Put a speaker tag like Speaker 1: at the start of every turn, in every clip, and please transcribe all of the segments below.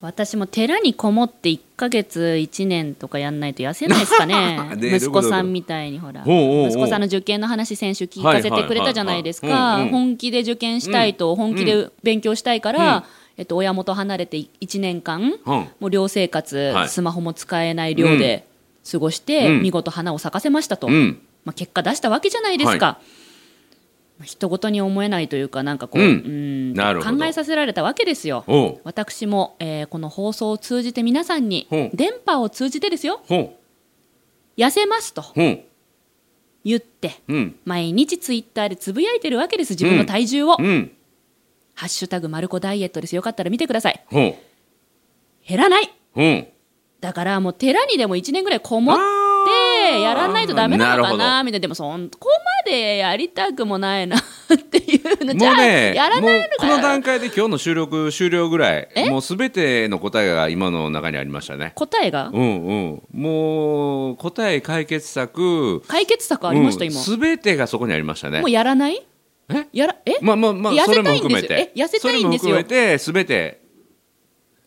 Speaker 1: 私も寺にこもって1ヶ月1年とかやんないと痩せないですかね
Speaker 2: ね
Speaker 1: 息子さんみたいにほら
Speaker 2: どういうことおうおうおう
Speaker 1: 息子さんの受験の話先週聞かせてくれたじゃないです
Speaker 2: はいはいはいは
Speaker 1: か
Speaker 2: いうんうん
Speaker 1: 本気で受験したいと本気で勉強したいから、えっと、親元離れて1年間、
Speaker 2: うん
Speaker 1: もう寮生活、
Speaker 2: はい
Speaker 1: スマホも使えない寮で過ごして、
Speaker 2: うん
Speaker 1: 見事花を咲かせましたと、
Speaker 2: うん
Speaker 1: まあ、結果出したわけじゃないですか、
Speaker 2: は
Speaker 1: まあ人事に思えないというかなんかこう、
Speaker 2: うん
Speaker 1: ん
Speaker 2: なるほど
Speaker 1: 考えさせられたわけですよ
Speaker 2: おう
Speaker 1: 私も、えーこの放送を通じて皆さんに
Speaker 2: ほう
Speaker 1: 電波を通じてですよ
Speaker 2: ほ
Speaker 1: 痩せますと
Speaker 2: うほう
Speaker 1: 言って
Speaker 2: うん
Speaker 1: 毎日ツイッターでつぶやいてるわけです自分の体重を、
Speaker 2: うん
Speaker 1: ハッシュタグまるこダイエットですよかったら見てください
Speaker 2: ほう
Speaker 1: 減らない
Speaker 2: ほう
Speaker 1: だからもう寺にでも1年ぐらいこもっ
Speaker 2: あ
Speaker 1: てやらないとダメなのか
Speaker 2: なるほ
Speaker 1: なみたいなでもそんこまでやりたくもないなっていうのじゃあ、やら
Speaker 2: もう
Speaker 1: ないの
Speaker 2: こ
Speaker 1: かな
Speaker 2: の段階で今日の収録終了ぐらい
Speaker 1: え
Speaker 2: もうすべての答えが今の中にありましたね
Speaker 1: 答えが
Speaker 2: うんうんもう答え解決策
Speaker 1: 解決策ありました、今
Speaker 2: すべてがそこにありましたね
Speaker 1: もうやらない
Speaker 2: え
Speaker 1: やらえ
Speaker 2: まあまあま
Speaker 1: 痩
Speaker 2: あ
Speaker 1: せ
Speaker 2: そ
Speaker 1: たい
Speaker 2: れ
Speaker 1: んで
Speaker 2: も
Speaker 1: すよ
Speaker 2: 含めて
Speaker 1: え痩せたいんですよ
Speaker 2: それも含めてすべて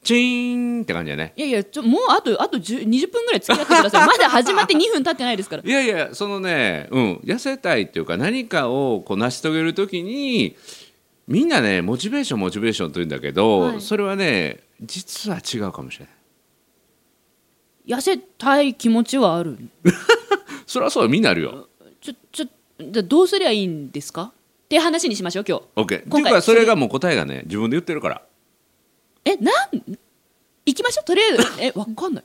Speaker 2: チーンって感じだね
Speaker 1: いやいやちょもうあとあと10 20分ぐらい付き合ってくださいまだ始まって2分経ってないですから
Speaker 2: いやいやそのねうん痩せたいっていうか何かをこう成し遂げるときにみんなねモチベーションモチベーションと言うんだけど、
Speaker 1: はい
Speaker 2: それはね実は違うかもしれない
Speaker 1: 痩せたい気持ちはある
Speaker 2: それはそうみんなあるよ
Speaker 1: ちょちょじゃあどうすりゃいいんですかって話にしましょう今日
Speaker 2: OK ってい
Speaker 1: 今回
Speaker 2: うかそれがもう答えがね自分で言ってるから
Speaker 1: えなん行きましょうとりあえずえわかんない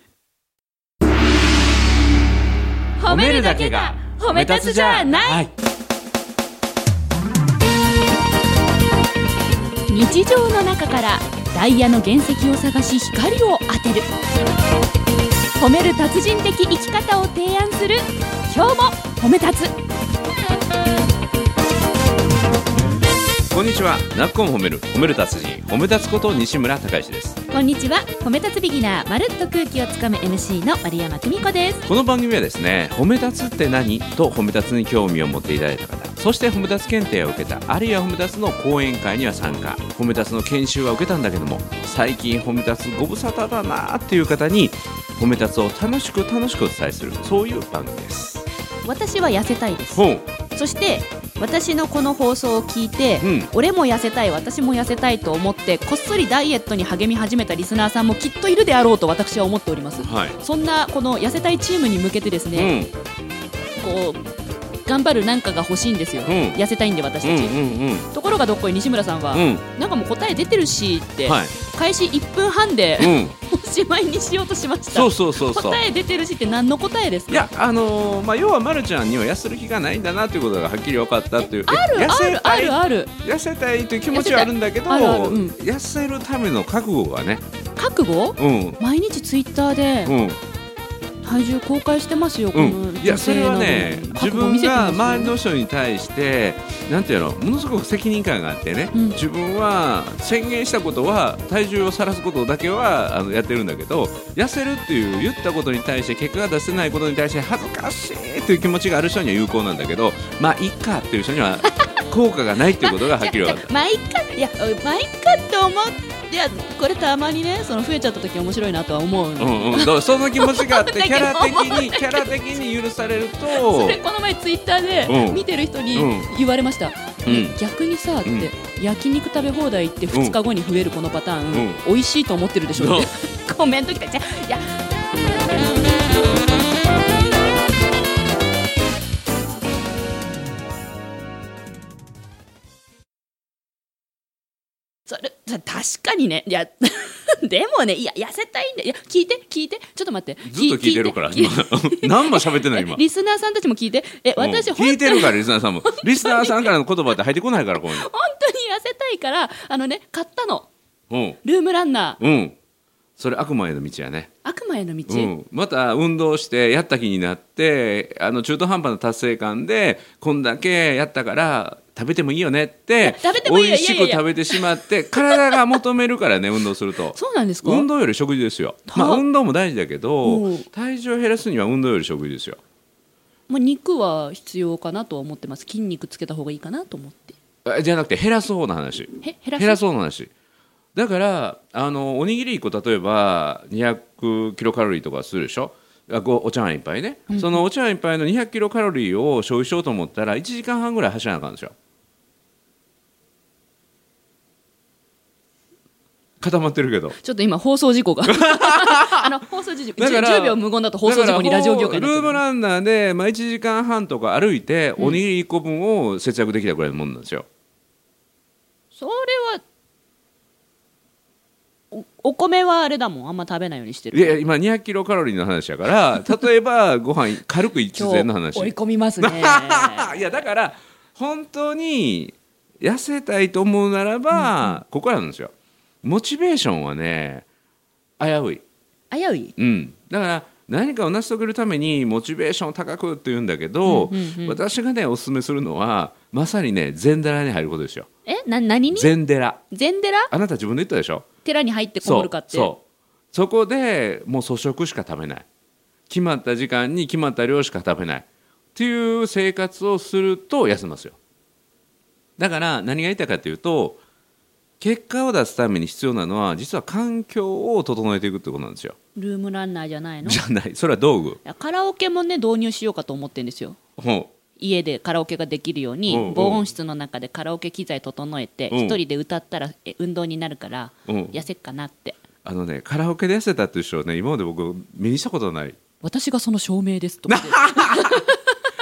Speaker 1: 褒
Speaker 2: はい、
Speaker 1: 日常の中からダイヤの原石を探し光を当てる褒める達人的生き方を提案する今日も褒め立つ
Speaker 2: こんにちはなっこも褒める褒める達人褒め立つこと西村隆之です
Speaker 1: こんにちは褒め立つビギナーまるっと空気をつかむ MC の丸山久美子です
Speaker 2: この番組はですね褒め立つって何と褒め立つに興味を持っていただいた方そして褒め立つ検定を受けたあるいは褒め立つの講演会には参加褒め立つの研修は受けたんだけども最近褒め立つご無沙汰だなっていう方に褒め立つを楽しく楽しくお伝えするそういう番組です
Speaker 1: 私は痩せたいです
Speaker 2: ほう
Speaker 1: そして私のこの放送を聞いて、
Speaker 2: うん
Speaker 1: 俺も痩せたい私も痩せたいと思ってこっそりダイエットに励み始めたリスナーさんもきっといるであろうと私は思っております
Speaker 2: はい
Speaker 1: そんなこの痩せたいチームに向けてですね、こう頑張るなんかが欲しいんですよ、
Speaker 2: ん
Speaker 1: 痩せたいんで私
Speaker 2: うん
Speaker 1: たち、
Speaker 2: うんうん
Speaker 1: ところがどっこい西村さんは、
Speaker 2: うん
Speaker 1: なんかもう答え出てるしって、
Speaker 2: うんはい
Speaker 1: 開始1分半で、
Speaker 2: うん
Speaker 1: おしまいにしようとしました
Speaker 2: そうそうそうそう
Speaker 1: 答え出てるしって何の答えですか
Speaker 2: いやあのーまあ要はまるちゃんには痩せる気がないんだなということがはっきり分かったというある
Speaker 1: あるあるある
Speaker 2: 痩せたいという気持ちはあるんだけど
Speaker 1: 痩せたいあるあるうん
Speaker 2: 痩せるための覚悟がね
Speaker 1: 覚悟
Speaker 2: うん
Speaker 1: 毎日ツイッターで
Speaker 2: うん
Speaker 1: 体重公開してますよ、こ
Speaker 2: う
Speaker 1: の
Speaker 2: ん、いや
Speaker 1: 女
Speaker 2: そ
Speaker 1: 性
Speaker 2: れ
Speaker 1: な
Speaker 2: は
Speaker 1: の
Speaker 2: ね自
Speaker 1: 覚悟見
Speaker 2: 分
Speaker 1: せて
Speaker 2: が
Speaker 1: ますよ
Speaker 2: 周りの人に対してなんていうのものすごく責任感があってね、
Speaker 1: うん
Speaker 2: 自分は宣言したことは体重を晒すことだけはあのやってるんだけど痩せるっていう言ったことに対して結果が出せないことに対して恥ずかしいっていう気持ちがある人には有効なんだけどまあいっかっていう人には効果がないっていうことがはっきり分かった。
Speaker 1: まあいっかいやまあいっかって思っていやこれたまにねその増えちゃった時面白いなとは思うの、
Speaker 2: うんうん、だからその気持ちがあって
Speaker 1: だけ
Speaker 2: キ
Speaker 1: ど
Speaker 2: ャラ的にキャラ的に許されると
Speaker 1: それこの前ツイッターで
Speaker 2: うん
Speaker 1: 見てる人に
Speaker 2: うん
Speaker 1: 言われました、
Speaker 2: うん
Speaker 1: 逆にさって、
Speaker 2: うん
Speaker 1: 焼肉食べ放題行って2日後に増えるこのパターン、
Speaker 2: うん
Speaker 1: 美味しいと思ってるでしょって コメント来たじゃあいやそれそれ確かにねいや でもねいや痩せたいんだいや聞いて聞いてちょっと待って
Speaker 2: ずっと聞いてるから今 何も喋ってない今
Speaker 1: リスナーさんたちも聞いてえ
Speaker 2: うん
Speaker 1: 私、本
Speaker 2: 聞い
Speaker 1: 当
Speaker 2: て
Speaker 1: に
Speaker 2: るからリスナーさんもリスナーさんからの言葉って入ってこないからこ
Speaker 1: 本当に痩せたいからあのね買ったの
Speaker 2: ういうの
Speaker 1: ルームランナー
Speaker 2: うんうんそれ悪魔への道やね、
Speaker 1: 悪魔への道、
Speaker 2: うん、また運動してやった気になってあの中途半端な達成感でこんだけやったから食べてもいいよねって
Speaker 1: 食べてもいいよ
Speaker 2: 美味し
Speaker 1: いやい
Speaker 2: く
Speaker 1: やいや
Speaker 2: 食べてしまって体が求めるからね運動すると
Speaker 1: そうなんですか
Speaker 2: 運動より食事ですよ、
Speaker 1: た
Speaker 2: まあ、運動も大事だけ
Speaker 1: う
Speaker 2: ど
Speaker 1: ん
Speaker 2: 体重を減らすには運動より食事ですよ
Speaker 1: まあ、肉は必要かなとは思ってます筋肉つけた方がいいかなと思って
Speaker 2: あじゃなくて減らす方の話
Speaker 1: へ減らす
Speaker 2: 減らそうの話だからあのおにぎり1個例えば200キロカロリーとかするでしょあこうお茶碗一杯ね、そのお茶碗一杯の200キロカロリーを消費しようと思ったら1時間半ぐらい走らなあかんでしょ固まってるけど
Speaker 1: ちょっと今放送事故が あの放送事故
Speaker 2: だから
Speaker 1: 10, 秒無言だと放送事故にラジオ業界
Speaker 2: だからルーム
Speaker 1: ン
Speaker 2: ランナーで、まあ、1時間半とか歩いておにぎり1個分を節約できたぐらいのもんなんですよ、
Speaker 1: それはおお米はあれだもんあんま食べないようにしてる
Speaker 2: いや今200キロカロリーの話やから例えばご飯軽く一膳の話
Speaker 1: 追い込み ますね
Speaker 2: いやだから本当に痩せたいと思うならば、ここなんですよモチベーションはね危うい、
Speaker 1: 危うい
Speaker 2: うん、だから何かを成し遂げるためにモチベーションを高くって言うんだけど、
Speaker 1: うんうんうん
Speaker 2: 私がねおすすめするのはまさにね禅寺に入ることですよ
Speaker 1: えな何に
Speaker 2: 禅寺
Speaker 1: 禅寺
Speaker 2: あなた自分で言ったでしょ
Speaker 1: 寺に入ってこ
Speaker 2: そ
Speaker 1: も
Speaker 2: う
Speaker 1: るかって
Speaker 2: そうそこでもう粗食しか食べない決まった時間に決まった量しか食べないっていう生活をすると痩せますよだから何が言いたいかというと結果を出すために必要なのは実は環境を整えていくってことなんですよ
Speaker 1: ルームランナーじゃないのい
Speaker 2: じゃないそれは道具
Speaker 1: やカラオケもね導入しようかと思ってんですよ
Speaker 2: ほ
Speaker 1: 家でカラオケができるように
Speaker 2: うんうん
Speaker 1: 防音室の中でカラオケ機材整えて
Speaker 2: うん
Speaker 1: 一人で歌ったらえ運動になるから
Speaker 2: ううん
Speaker 1: 痩せっかなって
Speaker 2: あのねカラオケで痩せたっていう人をね今まで僕目にしたことない
Speaker 1: 私がその証明ですとか言って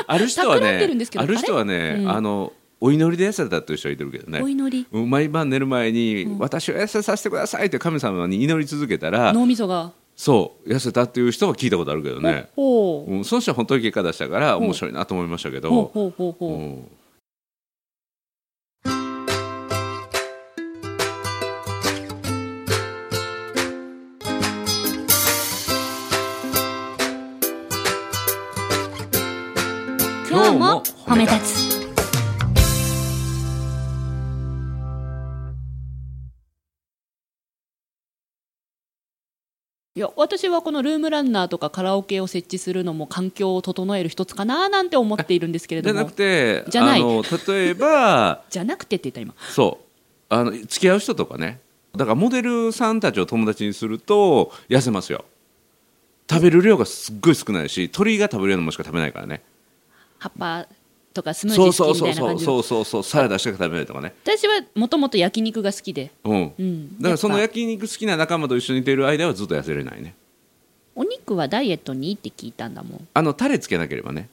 Speaker 2: ある人は
Speaker 1: 企んで
Speaker 2: ね
Speaker 1: るんですけど
Speaker 2: ある人は
Speaker 1: あ
Speaker 2: ね
Speaker 1: れうん
Speaker 2: あのお祈りで痩せたっていう人はいてるけ どね
Speaker 1: お祈り
Speaker 2: うん毎晩寝る前に、私を痩せさせてくださいって神様に祈り続けたら
Speaker 1: 脳みそが
Speaker 2: そう痩せたっていう人は聞いたことあるけどね、
Speaker 1: ほう
Speaker 2: うん、その人は本当に結果出したから
Speaker 1: ん
Speaker 2: 面白いなと思いましたけ
Speaker 1: ほう
Speaker 2: ど、
Speaker 1: ほうほう
Speaker 2: う
Speaker 1: ほうん
Speaker 2: 今日も褒め
Speaker 1: 立ついや私はこのルームランナーとかカラオケを設置するのも環境を整える一つかななんて思っているんですけれ
Speaker 2: じ
Speaker 1: ど
Speaker 2: ゃな
Speaker 1: も
Speaker 2: くて
Speaker 1: じゃない
Speaker 2: あの例 えば
Speaker 1: じゃなくてって言った今
Speaker 2: そうあの付き合う人とかねだからモデルさんたちを友達にすると痩せますよ食べる量がすっごい少ないし鳥が食べるようなものしか食べないからね
Speaker 1: 葉っぱとかスムージ
Speaker 2: そう
Speaker 1: ー好
Speaker 2: そう
Speaker 1: きみ
Speaker 2: そ
Speaker 1: た
Speaker 2: う
Speaker 1: いな感
Speaker 2: そう
Speaker 1: じ
Speaker 2: そ
Speaker 1: の
Speaker 2: うそうそうサラダしか食べないとかね
Speaker 1: 私はもともと焼肉が好きで、
Speaker 2: うん
Speaker 1: うん、
Speaker 2: だからその
Speaker 1: やっぱ
Speaker 2: 焼肉好きな仲間と一緒にいてる間はずっと痩せれないね
Speaker 1: お肉はダイエットにいいって聞いたんだもん
Speaker 2: あのタレつけなければね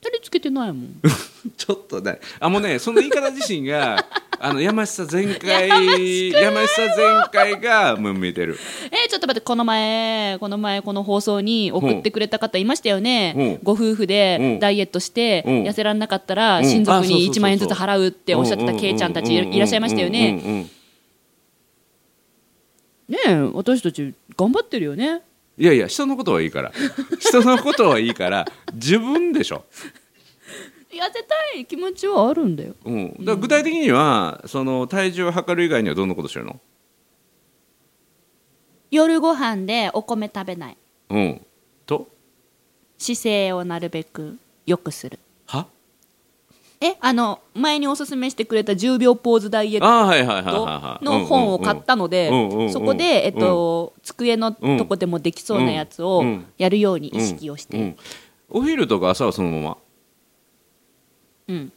Speaker 1: タレつけてないもん
Speaker 2: ちょっとねあもうねその言い方自身 があの山下全開山下全開がもう見えてる
Speaker 1: えー、ちょっと待ってこの前この前この放送に送ってくれた方いましたよね
Speaker 2: うん
Speaker 1: ご夫婦
Speaker 2: う
Speaker 1: で
Speaker 2: ん
Speaker 1: ダイエットして
Speaker 2: うん
Speaker 1: 痩せられなかったら
Speaker 2: うん
Speaker 1: 親
Speaker 2: あ
Speaker 1: 族
Speaker 2: そうそうそう
Speaker 1: に
Speaker 2: そう
Speaker 1: 1万円ずつ払うっておっしゃってたけいちゃんたちいらっしゃいましたよね
Speaker 2: うんうんうんうんう
Speaker 1: ね
Speaker 2: ん
Speaker 1: え私たち頑張ってるよね
Speaker 2: いやいや人のことはいいから人のことはいいから自分でしょ、
Speaker 1: 痩せたい気持ちはあるんだよ
Speaker 2: うん、だから具体的にはその体重を測る以外にはどんなことしてるの
Speaker 1: 夜ご飯でお米食べない
Speaker 2: うんと
Speaker 1: 姿勢をなるべく良くする
Speaker 2: は
Speaker 1: えあの前におすすめしてくれた10秒ポーズダイエット
Speaker 2: あーはいはいはいはいはい
Speaker 1: の本を買ったので
Speaker 2: うんうんうん
Speaker 1: そこで、えっと、机のとこでもできそうなやつを
Speaker 2: うん
Speaker 1: やるように
Speaker 2: うん
Speaker 1: 意識をし
Speaker 2: う
Speaker 1: て、
Speaker 2: んお昼とか朝はそのまま
Speaker 1: うん、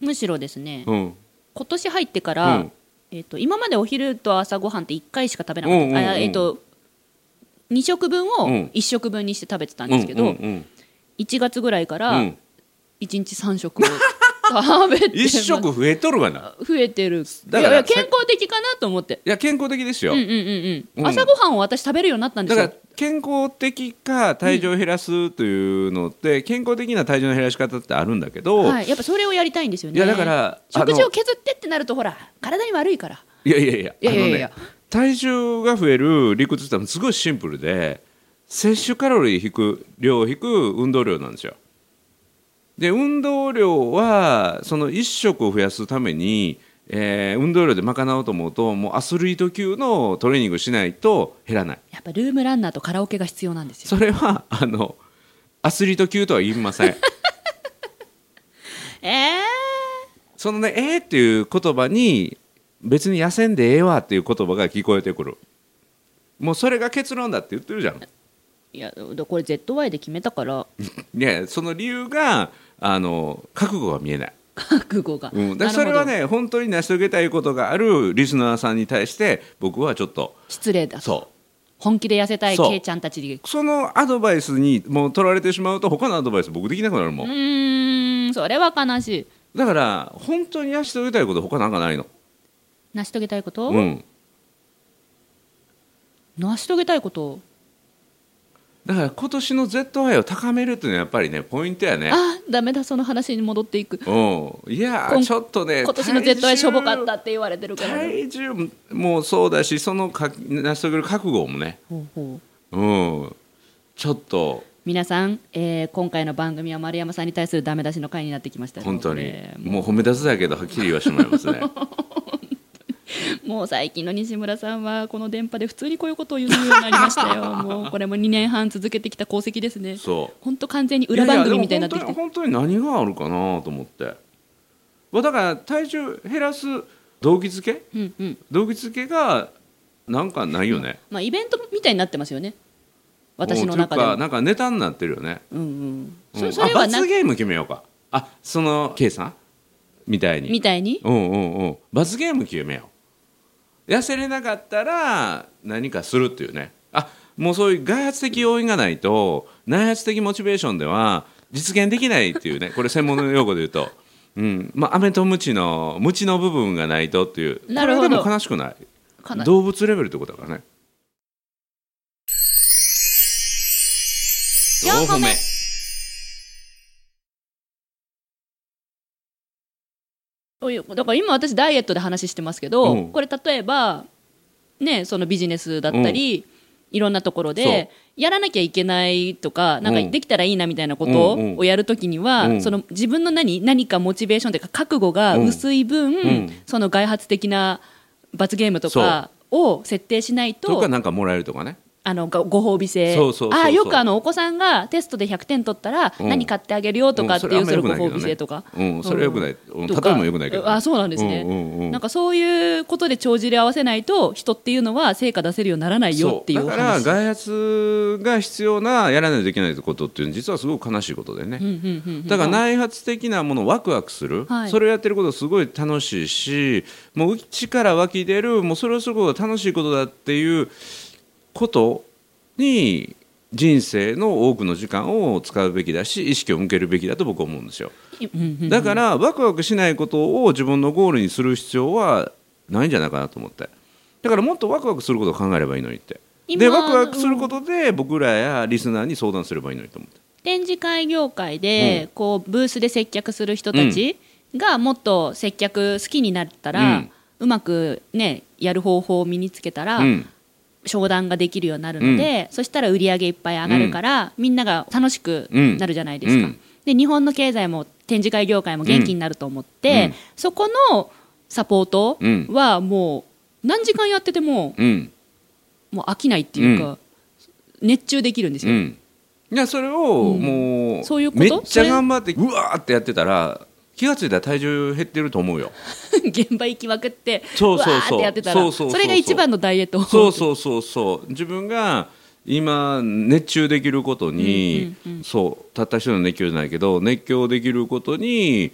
Speaker 1: むしろですね
Speaker 2: うん
Speaker 1: 今年入ってか
Speaker 2: う
Speaker 1: ら
Speaker 2: ん、
Speaker 1: えっと、今までお昼と朝ごはんって1回しか食べなかった、
Speaker 2: うんうんうん
Speaker 1: あえっと2食分を
Speaker 2: うん
Speaker 1: 1食分にして食べてたんですけど、
Speaker 2: うんうんうん
Speaker 1: 1月ぐらいから
Speaker 2: う
Speaker 1: 1
Speaker 2: ん
Speaker 1: 日3食を食べてます
Speaker 2: 一食増えとる がな
Speaker 1: 増えてる
Speaker 2: だ
Speaker 1: い
Speaker 2: から
Speaker 1: やいや健康的かなと思って
Speaker 2: いや健康的ですよ、
Speaker 1: うんうんうん
Speaker 2: う
Speaker 1: うんん朝ごはんを私食べるようになったんで
Speaker 2: だ
Speaker 1: す
Speaker 2: から
Speaker 1: よ
Speaker 2: 健康的か体重を減らすというのって、健康的な体重の減らし方ってあるんだけど、、
Speaker 1: はいい、やっぱそれをやりたいんですよね
Speaker 2: いやだから
Speaker 1: 食事
Speaker 2: あ
Speaker 1: を
Speaker 2: の
Speaker 1: 削ってってなるとほら体に悪いから
Speaker 2: やいやいや
Speaker 1: いやいやいや
Speaker 2: あのね体重が増える理屈って多分すごいシンプルで摂取カロリー引く量引く運動量なんですよで運動量はその1食を増やすために、えー運動量で賄おうと思うともうアスリート級のトレーニングしないと減らない
Speaker 1: やっぱルームランナーとカラオケが必要なんですよ
Speaker 2: それはあのアスリート級とは言い ません
Speaker 1: ええ
Speaker 2: そのね「えー」っていう言葉に別に痩せんでええわっていう言葉が聞こえてくるもうそれが結論だって言ってるじゃん
Speaker 1: いやでこれ ZY で決めたから
Speaker 2: いやその理由があの覚悟が見えない、
Speaker 1: 覚悟が、
Speaker 2: うん、だ
Speaker 1: な
Speaker 2: からそ
Speaker 1: る
Speaker 2: れ
Speaker 1: ほど
Speaker 2: はね本当に成し遂げたいことがあるリスナーさんに対して僕はちょっと
Speaker 1: 失礼だ
Speaker 2: そ
Speaker 1: 本気で痩せたい
Speaker 2: そう
Speaker 1: けいちゃんたちに
Speaker 2: うそのアドバイスにもう取られてしまうと他のアドバイス僕できなくなるも、
Speaker 1: うんーんそれは悲しい
Speaker 2: だから本当に成し遂げたいこと他なんかないの
Speaker 1: 成し遂げたいこと、
Speaker 2: うん
Speaker 1: 成し遂げたいこと、
Speaker 2: だから今年の ZY を高めるっていうのはやっぱりねポイントやね
Speaker 1: あダメだその話に戻っていく
Speaker 2: うんいや
Speaker 1: こん
Speaker 2: ちょっとね
Speaker 1: 今年の
Speaker 2: 体
Speaker 1: ZY
Speaker 2: 重
Speaker 1: しょぼかったって言われてるから、ね、
Speaker 2: 体重もそうだしそのか成し遂げる覚悟もね
Speaker 1: ほうほう
Speaker 2: うんちょっと
Speaker 1: 皆さん、えー今回の番組は丸山さんに対するダメ出しの回になってきました
Speaker 2: 本当に
Speaker 1: えーも
Speaker 2: もう褒め立つだけどはっきり言わしてもら いますね
Speaker 1: うもう最近の西村さんはこの電波で普通にこういうことを言うようになりました よもうこれも2年半続けてきた功績ですね
Speaker 2: そう
Speaker 1: 本当完全に裏番組みたいになってき
Speaker 2: やい
Speaker 1: て
Speaker 2: やでも本当に本当に何があるかなと思ってまあだから体重減らす動機づけ
Speaker 1: うんうん
Speaker 2: 動機づけがなんかないよね
Speaker 1: まあイベントみたいになってますよね私の中で
Speaker 2: もうというか
Speaker 1: も
Speaker 2: なんかネタになってるよね
Speaker 1: うんうん
Speaker 2: う
Speaker 1: そ
Speaker 2: ん
Speaker 1: それは
Speaker 2: あ
Speaker 1: な
Speaker 2: 罰ゲーム決めようかあその K さんみたいに
Speaker 1: みたいに
Speaker 2: うんうんうん罰ゲーム決めよう痩せれなかったら何かするっていうねあもうそういう外発的要因がないと内発的モチベーションでは実現できないっていうねこれ専門の用語で言うと、うんまあ、アメとムチのムチの部分がないとっていう
Speaker 1: なるほど
Speaker 2: これでも悲しくない
Speaker 1: かな
Speaker 2: 動物レベルってことだからね
Speaker 1: 四個目おいだから今私ダイエットで話してますけど、
Speaker 2: うん
Speaker 1: これ例えばねそのビジネスだったり、いろんなところでやらなきゃいけないとかなん
Speaker 2: う
Speaker 1: か
Speaker 2: ん
Speaker 1: できたらいいなみたいなこと
Speaker 2: うんうん
Speaker 1: をやるときには、
Speaker 2: うん
Speaker 1: その自分の何何かモチベーションというか覚悟が薄い分、
Speaker 2: ん
Speaker 1: その外発的な罰ゲームとかを設定しない
Speaker 2: と
Speaker 1: と
Speaker 2: かなんかもらえるとかね
Speaker 1: あのごご褒美性
Speaker 2: そうそうそうそう
Speaker 1: あよくあのお子さんがテストで100点取ったら
Speaker 2: うん
Speaker 1: 何買ってあげるよとかっていう、
Speaker 2: うん
Speaker 1: そ
Speaker 2: そ
Speaker 1: れ
Speaker 2: れあん
Speaker 1: ご
Speaker 2: ま良くない
Speaker 1: 褒
Speaker 2: けどね
Speaker 1: 美性とか、
Speaker 2: うんそれは良くないうん
Speaker 1: とか
Speaker 2: 例えも良くないけどね
Speaker 1: あそうなんですね、
Speaker 2: うんうんうん
Speaker 1: なんかそういうことで帳尻合わせないと人っていうのは成果出せるようにならないよっていう
Speaker 2: そ
Speaker 1: お
Speaker 2: だから
Speaker 1: 話
Speaker 2: 外発が必要なやらないといけないことっていうのは実はすごく悲しいことでね、
Speaker 1: うんうんうんうん
Speaker 2: だから内発的なものワクワクする、
Speaker 1: はい
Speaker 2: それをやってることすごい楽しいしもう内から湧き出るもうそれをすることが楽しいことだっていうことに人生の多くの時間を使うべきだし意識を向けるべきだと僕は思うんですよ
Speaker 1: うんうんうん
Speaker 2: だからワクワクしないことを自分のゴールにする必要はないんじゃないかなと思ってだからもっとワクワクすることを考えればいいのにって
Speaker 1: 今
Speaker 2: でワクワクすることで僕らやリスナーに相談すればいいのにと思って
Speaker 1: 展示会業界で、こうブースで接客する人たちがもっと接客好きになったら、う
Speaker 2: うん
Speaker 1: まくねやる方法を身につけたら、
Speaker 2: うん
Speaker 1: 商談ができるようになるので、そしたら売り上げいっぱい上がるから、みんなが楽しくなるじゃないですか、
Speaker 2: うん
Speaker 1: で日本の経済も展示会業界も元気になると思って、
Speaker 2: うん
Speaker 1: そこのサポートはもう何時間やってても
Speaker 2: うん
Speaker 1: もう飽きないっていうか、熱中できるんです
Speaker 2: う
Speaker 1: よ、
Speaker 2: んいやそれをもう
Speaker 1: そういうこと
Speaker 2: めっち
Speaker 1: そ
Speaker 2: ゃ
Speaker 1: れ
Speaker 2: 頑張ってうわーってやってたら気がついたら体重減ってると思うよ
Speaker 1: 現場行きまくって
Speaker 2: そうそう
Speaker 1: わーっ
Speaker 2: そう
Speaker 1: てやってたら
Speaker 2: そうそうそうそう
Speaker 1: れが一番のダイエット
Speaker 2: そうそうそうそう自分が今熱中できることに、そうたった一人の熱狂じゃないけど熱狂できることに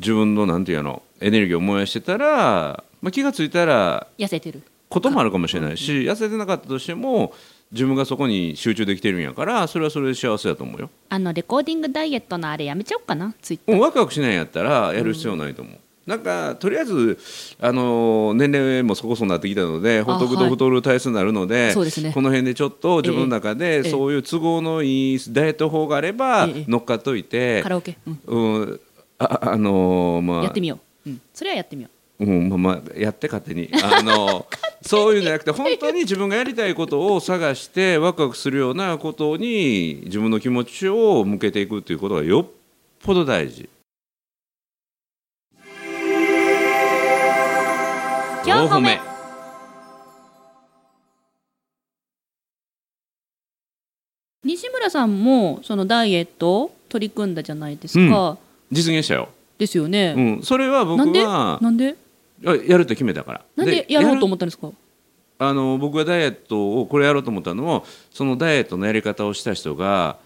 Speaker 2: 自分のなんていうのエネルギーを燃やしてたら、まあ、気がついたら
Speaker 1: 痩せてる
Speaker 2: こともあるかもしれないし痩せてなかったとしても自分がそこに集中できてるんやからそれはそれで幸せだと思うよ、
Speaker 1: あのレコーディングダイエットのあれやめちゃおうかなつい
Speaker 2: うん、ワクワクしないんやったらやる必要ないと思う、なんかとりあえず、あのー年齢もそこそこになってきたのでほっとく
Speaker 1: は
Speaker 2: と
Speaker 1: い
Speaker 2: 太る体質になるので,、
Speaker 1: そうですね
Speaker 2: この辺でちょっと自分の中
Speaker 1: え
Speaker 2: で
Speaker 1: え
Speaker 2: そういう都合のいいダイエット法があれば
Speaker 1: ええ
Speaker 2: 乗っかっといて、
Speaker 1: カラオケ、うん
Speaker 2: うんああのーまあ
Speaker 1: やってみよう、うん、それはやってみよう
Speaker 2: うんまあまあ、やって勝手 にあのそういうんじゃなくて本当に自分がやりたいことを探してワクワクするようなことに自分の気持ちを向けていくということがよっぽど大事。
Speaker 1: 四歩目西村さんもそのダイエット取り組んだじゃないですか、
Speaker 2: 実現したよ、
Speaker 1: ですよね、
Speaker 2: うん、それは僕
Speaker 1: なんで
Speaker 2: は
Speaker 1: なんで
Speaker 2: あやると決めたから
Speaker 1: なんでやろうと思ったんですか
Speaker 2: あの僕がダイエットをこれやろうと思ったのもそのダイエットのやり方をした人が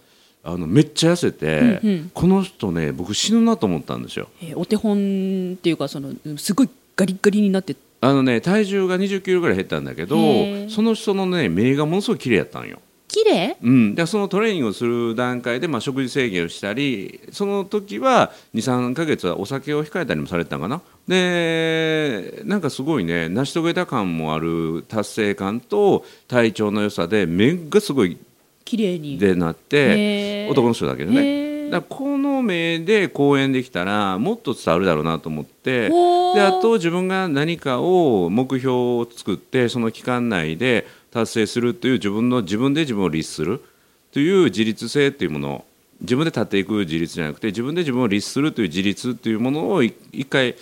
Speaker 2: あのめっちゃ痩せて、
Speaker 1: うんうん
Speaker 2: この人ね僕死ぬなと思ったんですよ
Speaker 1: えーお手本っていうかそのうんすごいガリッガリになって
Speaker 2: あのね体重が2 0キロぐらい減ったんだけど
Speaker 1: へー
Speaker 2: その人のね目がものすごい綺麗やったんよ
Speaker 1: 綺麗
Speaker 2: うん、でそのトレーニングをする段階で、まあ、食事制限をしたりその時は23か月はお酒を控えたりもされてたのかなでなんかすごいね成し遂げた感もある達成感と体調の良さで目がすごい
Speaker 1: 綺麗に
Speaker 2: でなって
Speaker 1: へー
Speaker 2: 男の人だけど
Speaker 1: へ
Speaker 2: ね
Speaker 1: ー
Speaker 2: だからこの目で講演できたらもっと伝わるだろうなと思って
Speaker 1: ほー
Speaker 2: であと自分が何かを目標を作ってその期間内で達成するという自分の自分で自分を律するという自律性というもの自分で立っていく自立じゃなくて自分で自分を律するという自立というものをい一回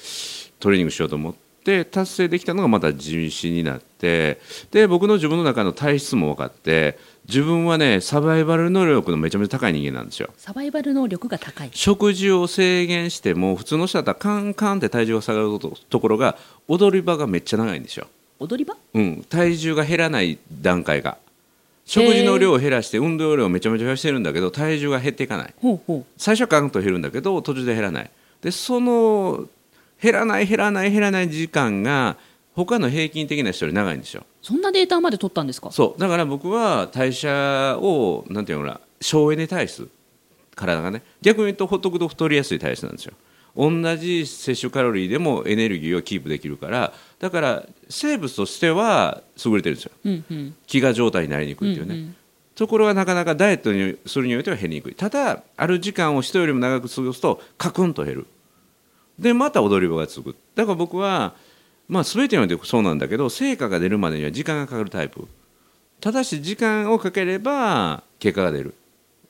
Speaker 2: トレーニングしようと思って達成できたのがまた自信になってで僕の自分の中の体質も分かって自分はねサバイバル能力のめちゃめちゃ高い人間なんですよ。
Speaker 1: サバイバル能力が高い
Speaker 2: 食事を制限しても普通の人だったらカンカンって体重が下がるとところが踊り場がめっちゃ長いんですよ、
Speaker 1: 踊り場
Speaker 2: うん、体重が減らない段階が食事の量を減らして運動量をめちゃめちゃ増やしてるんだけど体重が減っていかない
Speaker 1: ほうほ
Speaker 2: 最初はカンと減るんだけど途中で減らないでその減らない減らない減らない時間が他の平均的な人より長いんですよ
Speaker 1: うそんなデータまで取ったんですか
Speaker 2: そうだから僕は代謝をなんていうのかな省エネ体質体がね逆に言うとほっとくと太りやすい体質なんですよ同じ摂取カロリーでもエネルギーをキープできるからだから生物としては優れてるんですよ
Speaker 1: うんうん
Speaker 2: 飢餓状態になりにくいっていうね、
Speaker 1: うんうん
Speaker 2: ところがなかなかダイエットにするにおいては減りにくいただある時間を人よりも長く過ごすとカクンと減るでまた踊り場が続くだから僕は、まあ、全てにおいてそうなんだけど成果が出るまでには時間がかかるタイプただし時間をかければ結果が出る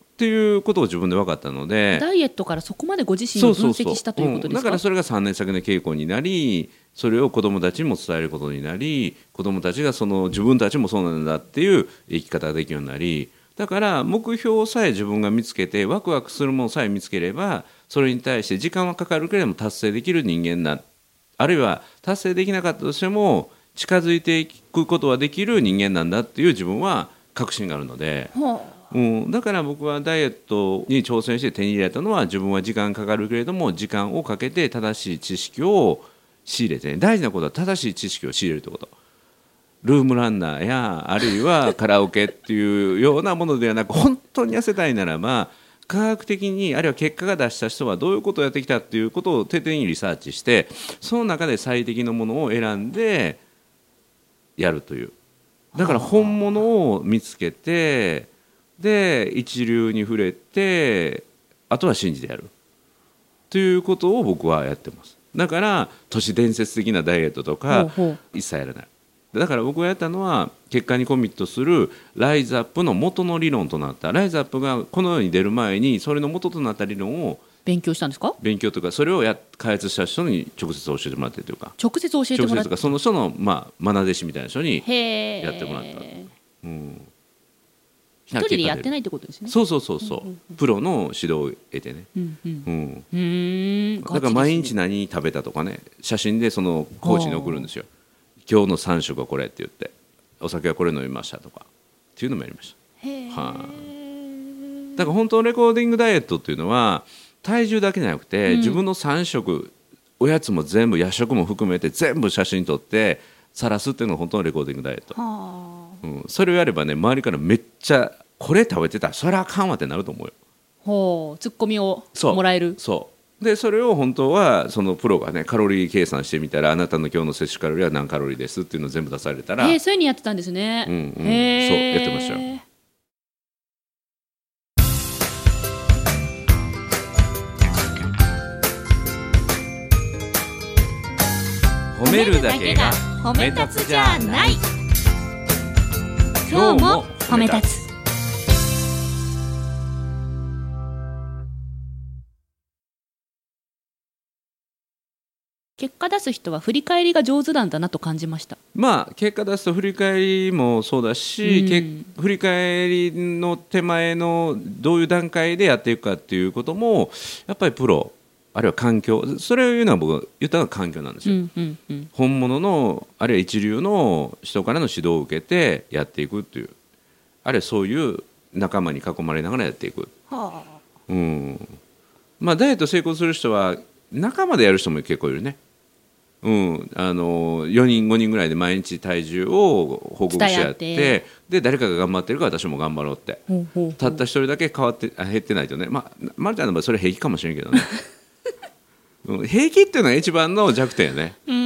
Speaker 2: っていうことを自分で分かったので
Speaker 1: ダイエットからそこまでご自身を分析したということで
Speaker 2: うんだ
Speaker 1: す
Speaker 2: か
Speaker 1: から
Speaker 2: それが3年先の傾向になりそれを子どもたちにも伝えることになり子どもたちがその自分たちもそうなんだっていう生き方ができるようになりだから目標さえ自分が見つけてワクワクするものさえ見つければそれに対して時間はかかるけれども達成できる人間なあるいは達成できなかったとしても近づいていくことはできる人間なんだっていう自分は確信があるので。
Speaker 1: ほう
Speaker 2: うん、だから僕はダイエットに挑戦して手に入れたのは自分は時間かかるけれども時間をかけて正しい知識を仕入れてね、大事なことは正しい知識を仕入れるってことルームランナーやあるいはカラオケっていうようなものではなく本当に痩せたいならば科学的にあるいは結果が出した人はどういうことをやってきたっていうことを徹底的にリサーチしてその中で最適のものを選んでやるというだから本物を見つけてで一流に触れてあとは信じてやるということを僕はやってますだから都市伝説的なダイエットと
Speaker 1: ほう
Speaker 2: か
Speaker 1: ほう
Speaker 2: 一切やらないだから僕がやったのは結果にコミットするライズアップの元の理論となったライズアップがこの世に出る前にそれの元となった理論を
Speaker 1: 勉強したんですか
Speaker 2: 勉強というかそれをや開発した人に直接教えてもらってるというか
Speaker 1: 直接教えて
Speaker 2: 直
Speaker 1: も
Speaker 2: 接
Speaker 1: らっ
Speaker 2: とかその人のまあ愛弟子みたいな人に
Speaker 1: へえ
Speaker 2: やってもらったうん
Speaker 1: 一人でやって
Speaker 2: い
Speaker 1: ないってことですね
Speaker 2: そうそうそうそう、プロの指導を得てね、
Speaker 1: うんうん
Speaker 2: うん、
Speaker 1: うーん
Speaker 2: だから毎日何食べたとかね写真でそのコーチに送るんですよ今日の3食はこれって言ってお酒はこれ飲みましたとかっていうのもやりました
Speaker 1: へえ
Speaker 2: はだから本当のレコーディングダイエットっていうのは体重だけじゃなくて、自分の3食おやつも全部夜食も含めて全部写真撮って晒すっていうのが本当のレコーディングダイエット、
Speaker 1: はあ
Speaker 2: うん、それをやればね周りからめっちゃこれ食べてたらそりゃあかんわってなると思うよ
Speaker 1: ほうツッコミを
Speaker 2: そう
Speaker 1: もらえる
Speaker 2: そうでそれを本当はそのプロがねカロリー計算してみたらあなたの今日の摂取カロリーは何カロリーですっていうのを全部出されたら、
Speaker 1: へえそういうのやってたんですね
Speaker 2: うんうん
Speaker 1: へえ
Speaker 2: そうやってましたよ褒めるだけが
Speaker 1: 褒
Speaker 2: め立つじゃない
Speaker 1: 今日も褒め立つ結果出す人は振り返りが上手なんだなと感じました
Speaker 2: まあ結果出すと振り返りもそうだし、
Speaker 1: うん
Speaker 2: け振り返りの手前のどういう段階でやっていくかっていうこともやっぱりプロあるいは環境それを言うのは僕言ったのは環境なんです
Speaker 1: う
Speaker 2: よ、
Speaker 1: んうんうん
Speaker 2: 本物のあるいは一流の人からの指導を受けてやっていくっていうあるいはそういう仲間に囲まれながらやっていく、
Speaker 1: はあ
Speaker 2: うんまあ、ダイエット成功する人は仲間でやる人も結構いるね、うん、あの4人5人ぐらいで毎日体重を報告し合って
Speaker 1: 伝え合
Speaker 2: で誰かが頑張ってるから私も頑張ろうって
Speaker 1: ほうほう
Speaker 2: たった一人だけ変わってあ減ってないとね、まあ、まるちゃんの場合それ平気かもしれんけどね うん平気っていうのが一番の弱点よね、
Speaker 1: うーん
Speaker 2: う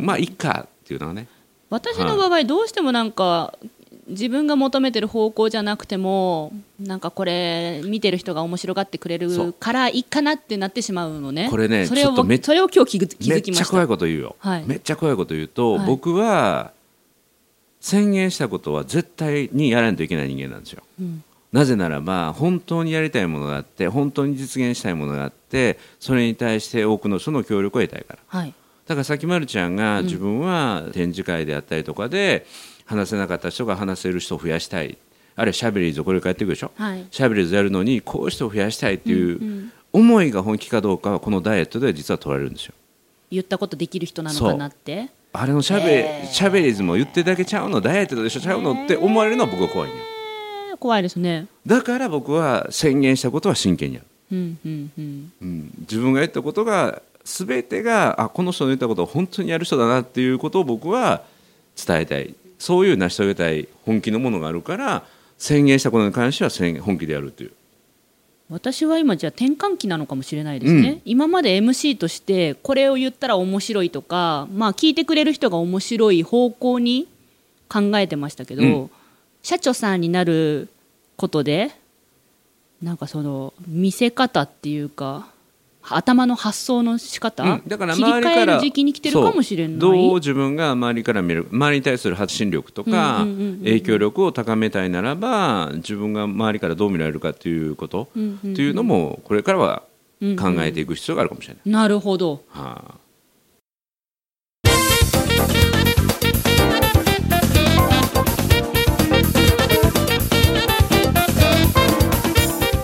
Speaker 2: んまあいっかっていうのがね
Speaker 1: 私の場合どうしてもなんか自分が求めてる方向じゃなくてもなんかこれ見てる人が面白がってくれ
Speaker 2: そ
Speaker 1: る
Speaker 2: う
Speaker 1: からいいかなってなってしまうのね
Speaker 2: これね
Speaker 1: それ
Speaker 2: ちょ
Speaker 1: を
Speaker 2: っとめ
Speaker 1: それを今日気づ気
Speaker 2: め
Speaker 1: づ
Speaker 2: っ
Speaker 1: きま
Speaker 2: ちゃ
Speaker 1: し
Speaker 2: 怖い
Speaker 1: た
Speaker 2: こと言うよ、
Speaker 1: はい
Speaker 2: めっちゃ怖いこと言うと、
Speaker 1: はい
Speaker 2: 僕は宣言したことは絶対にやらないといけない人間なんですよ
Speaker 1: うん
Speaker 2: なぜならば本当にやりたいものがあって本当に実現したいものがあってそれに対して多くの人の協力を得たいから
Speaker 1: はい
Speaker 2: だからさきまるちゃんが自分は展示会であったりとかで話せなかった人が話せる人を増やしたいあるいはしゃべりーズをこれからやっていくでしょ
Speaker 1: はい
Speaker 2: しゃべりーズやるのにこういう人を増やしたいっていううん思いが本気かどうかはこのダイエットでは実は取られるんですよ
Speaker 1: 言ったことできる人なのかなって
Speaker 2: あれのしゃべ,、
Speaker 1: えー
Speaker 2: しゃべりーズも言ってるだけちゃうのダイエットでしょちゃうのって思われるのは僕は怖いんよ
Speaker 1: えー怖いですね
Speaker 2: だから僕は宣言したことは真剣にやる、
Speaker 1: うんうんうん
Speaker 2: うん、自分が言ったことが全てがあこの人の言ったことを本当にやる人だなっていうことを僕は伝えたいそういう成し遂げたい本気のものがあるから宣言したことに関しては宣本気でやるっていう
Speaker 1: 私は今じゃあ転換期なのかもしれないですね、
Speaker 2: うん
Speaker 1: 今まで MC としてこれを言ったら面白いとか、まあ、聞いてくれる人が面白い方向に考えてましたけど、
Speaker 2: うん
Speaker 1: 社長さんになることでなんかその見せ方っていうか頭の発想の仕方、
Speaker 2: うん、だから
Speaker 1: 切り
Speaker 2: 周り
Speaker 1: 替
Speaker 2: か
Speaker 1: える
Speaker 2: ら
Speaker 1: 時期に来てるかもしれない
Speaker 2: そうどう自分が周りから見る周りに対する発信力とか
Speaker 1: うんうんうんうん
Speaker 2: 影響力を高めたいならば自分が周りからどう見られるかっていうこと
Speaker 1: うんうんうん
Speaker 2: っていうのもこれからは
Speaker 1: うんうん
Speaker 2: 考えていく必要があるかもしれない。
Speaker 1: なるほど
Speaker 2: はあ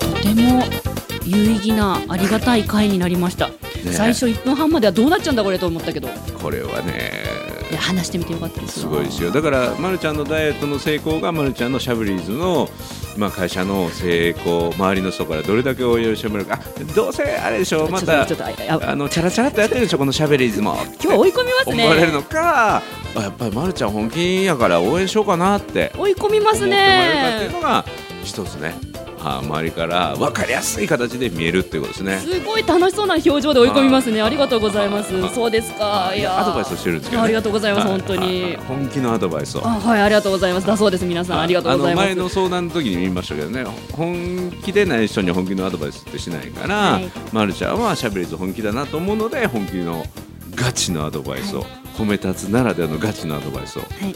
Speaker 1: とても有意義なありがたい回になりました、
Speaker 2: え
Speaker 1: 最初1分半まではどうなっちゃうんだこれと思ったけど
Speaker 2: これはね
Speaker 1: いや話してみてよかったです
Speaker 2: すごいですよだから、ま、るちゃんのダイエットの成功がまるちゃんのシャブリーズの、まあ、会社の成功周りの人からどれだけ応援してもらえるかあどうせあれでしょまた
Speaker 1: ちょっとちょっとああ
Speaker 2: あのチャラチャラっとやってるでしょこのシャブリーズも
Speaker 1: 今日追い込みます
Speaker 2: 思われる
Speaker 1: ね
Speaker 2: のかあやっぱりまるちゃん本気やから応援しようかなって
Speaker 1: 追い込み
Speaker 2: 思
Speaker 1: ま
Speaker 2: って
Speaker 1: す
Speaker 2: もらえるかっていう
Speaker 1: ね
Speaker 2: のが一つねあ周りから分かりやすい形で見えるっていうことですね
Speaker 1: すごい楽しそうな表情で追い込みますね
Speaker 2: あー
Speaker 1: ありがとうございま
Speaker 2: あ
Speaker 1: す
Speaker 2: ー
Speaker 1: そうですかいやー
Speaker 2: アドバイスをしてるんですけど、ね、
Speaker 1: ありがとうございます
Speaker 2: は
Speaker 1: 本当に
Speaker 2: は本気のアドバイスを
Speaker 1: あはいありがとうございますだそうです皆さんありがとうございま
Speaker 2: あの前の
Speaker 1: す
Speaker 2: 相談の時に言いましたけどね本気でない人に本気のアドバイスってしないから、
Speaker 1: はい
Speaker 2: ま、るちゃんはしゃべりず本気だなと思うので本気のガチのアドバイスを、褒め立つならではのガチのアドバイスを、
Speaker 1: はい
Speaker 2: はい、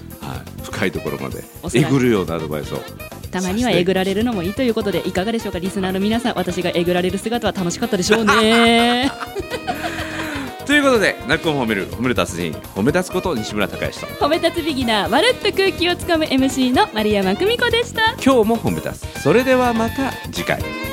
Speaker 2: 深いところまで
Speaker 1: お世
Speaker 2: え
Speaker 1: 話に
Speaker 2: ぐるようなアドバイスを
Speaker 1: たまにはえぐられるのもいいということでいかがでしょうかリスナーの皆さん私がえぐられる姿は楽しかったでしょうね
Speaker 2: ということで「泣くを褒める褒める達人褒め立つこと西村孝之と
Speaker 1: 褒め立つビギナーまるっと空気をつかむ MC の丸山久美子でした
Speaker 2: 今日も褒め立つそれではまた次回。